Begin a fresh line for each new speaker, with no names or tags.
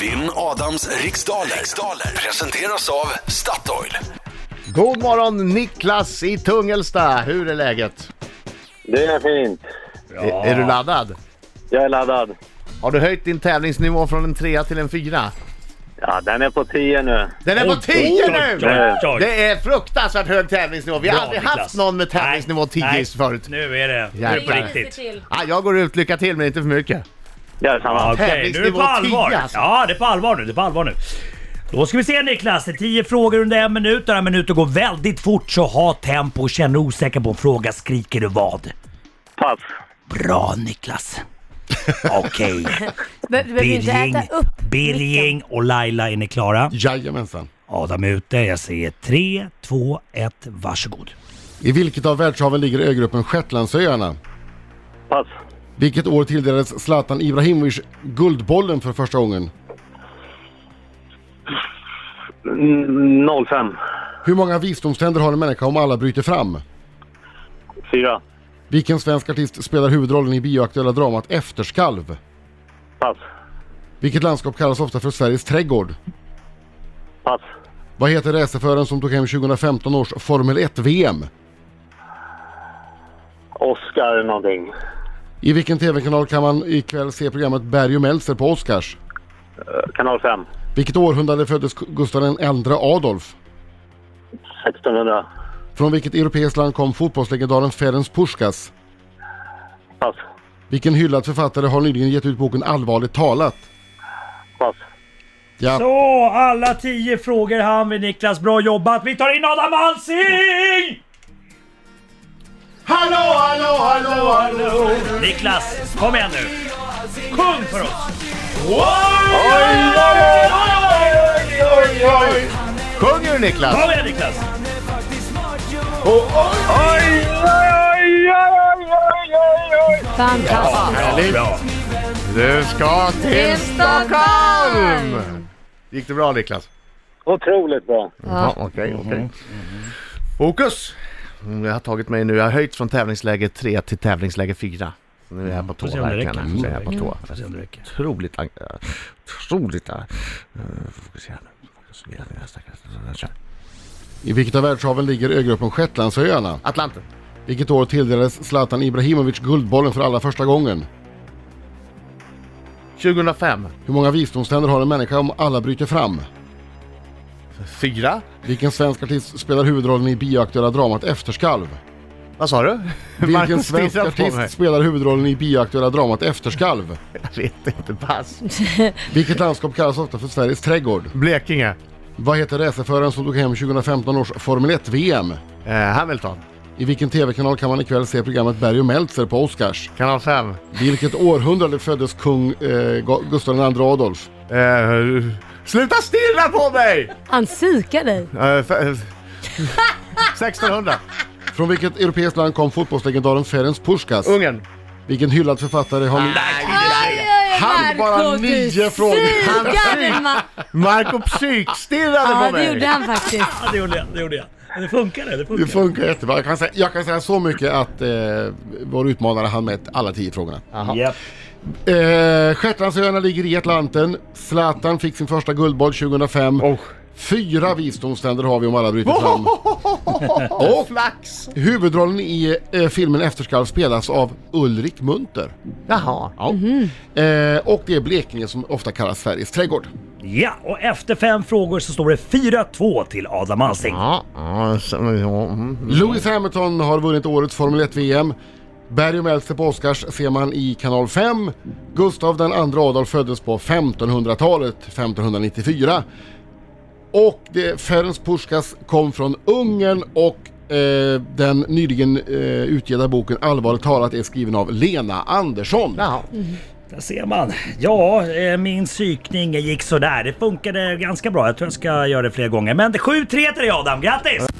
Vinn Adams riksdaler. riksdaler presenteras av Statoil.
God morgon Niklas i Tungelsta, hur är läget?
Det är fint.
Är, är du laddad?
Jag är laddad.
Har du höjt din tävlingsnivå från en trea till en fyra?
Ja, den är på 10 nu.
Den är på
Oj, oj,
10 nu!
oj, oj.
Det är fruktansvärt hög tävlingsnivå. Vi har
Bra,
aldrig
Niklas.
haft någon med tävlingsnivå
Nej,
10
nej.
förut.
Nu är det, nu är det på
Jäklar.
riktigt.
Ah, jag går ut, lycka till men inte för mycket.
Jag är samma.
Okej, nu är det
Tävlingsnivå
på allvar.
10, alltså.
Ja, det är på allvar nu. Det är på allvar nu. Då ska vi se Niklas, det är 10 frågor under en minut och den här minuten går väldigt fort så ha tempo och känner du osäker på en fråga skriker du vad?
Pass.
Bra Niklas. Okej,
Men du behöver ju inte
Birging,
äta upp micken.
Birging och Laila är ni klara?
Jajamensan.
Adam är ute, jag säger 3, 2, 1, varsågod.
I vilket av världshaven ligger ögruppen Shetlandsöarna?
Pass.
Vilket år tilldelades Zlatan Ibrahimovic Guldbollen för första gången?
Mm, 05.
Hur många visdomständer har en människa om alla bryter fram?
4.
Vilken svensk artist spelar huvudrollen i bioaktuella dramat Efterskalv?
Pass.
Vilket landskap kallas ofta för Sveriges trädgård?
Pass.
Vad heter racerföraren som tog hem 2015 års Formel 1-VM?
Oscar någonting.
I vilken TV-kanal kan man ikväll se programmet Berg och Meltzer på Oscars?
Kanal 5.
Vilket århundrade föddes Gustav II Adolf?
1600.
Från vilket europeiskt land kom fotbollslegendaren Ferenc Puskas?
Pass.
Vilken hyllad författare har nyligen gett ut boken Allvarligt talat?
Pass.
Ja,
Så, alla 10 frågor hann vi Niklas. Bra jobbat. Vi tar in Adam Alsing!
Hallå, hallå, hallå, hallå!
Niklas, kom igen nu. Sjung för oss.
Oj, oj! Sjunger du Niklas?
Kom igen Niklas.
Fantastiskt.
bra.
Du ska till Stockholm! Gick det bra Niklas?
Otroligt bra.
Ja, okej, okej.
Mm-hmm.
Fokus! Mm, Jag har tagit mig nu, jag har höjt från tävlingsläge 3 till tävlingsläge 4. Nu är jag på tå
Mm. se om det
verkligen.
räcker. Mm.
Nu är jag på tå.
Får se om det räcker.
Otroligt... ang- eh, Otroligt... eh, Fokusera nu. Fokusera nu. Jag snackar.
i vilket av världshaven ligger ögruppen Shetlandsöarna?
Atlanten.
Vilket år tilldelades Zlatan Ibrahimovic Guldbollen för allra första gången?
2005.
Hur många visdomständer har en människa om alla bryter fram?
Fyra.
Vilken svensk artist spelar huvudrollen i bioaktuella dramat Efterskalv?
Vad sa du?
Vilken
Marcus
svensk
stirrar på mig.
artist spelar huvudrollen i bioaktuella dramat Efterskalv?
Jag vet inte. Pass.
Vilket landskap kallas ofta för Sveriges trädgård?
Blekinge.
Vad heter racerföraren som tog hem 2015 års Formel 1-VM?
Eh, Hamilton.
I vilken TV-kanal kan man ikväll se programmet Berg och Meltzer på Oscars?
Kanal 5.
Vilket århundrade föddes kung eh, Ga- Gustav II Adolf?
Eh, sluta stirra på mig!
Han psykar dig.
Eh, f- eh, 1600.
Från vilket europeiskt land kom fotbollslegendaren Ferenc Puskas?
Ungern.
Vilken hyllad författare har...
Han bara nio frågor. Han
Han man.
Marco psykstirrade
Ja,
på
det
mig.
gjorde han faktiskt.
Ja, det gjorde jag. Det gjorde jag. Men Det funkade. Det
Det
funkade.
funkar jättebra. Jag kan säga, jag kan säga så mycket att eh, vår utmanare hann med alla tio frågorna.
Japp.
Eh, Shetlandsöarna ligger i Atlanten. Zlatan fick sin första guldboll 2005.
Oh.
Fyra visdomständer har vi om alla bryter fram.
Åh, flax!
Huvudrollen i eh, filmen Efterskalv spelas av Ulrik Munter.
Jaha.
Ja. Eh, och det är Blekinge som ofta kallas Sveriges trädgård.
Ja, och efter fem frågor så står det 4-2 till Adam Alsing.
Ja, ja, så- ja, mm.
Lewis Hamilton har vunnit årets Formel 1-VM. Berg och Meltzer på Oscars ser man i kanal 5. Gustav den andra Adolf föddes på 1500-talet, 1594. Och det, Ferenc Puskas kom från Ungern och eh, den nyligen eh, utgivna boken Allvarligt talat är skriven av Lena Andersson.
Jaha.
Där ser man. Ja, eh, min psykning gick sådär. Det funkade ganska bra. Jag tror jag ska göra det fler gånger. Men 7-3 till dig Adam. Grattis!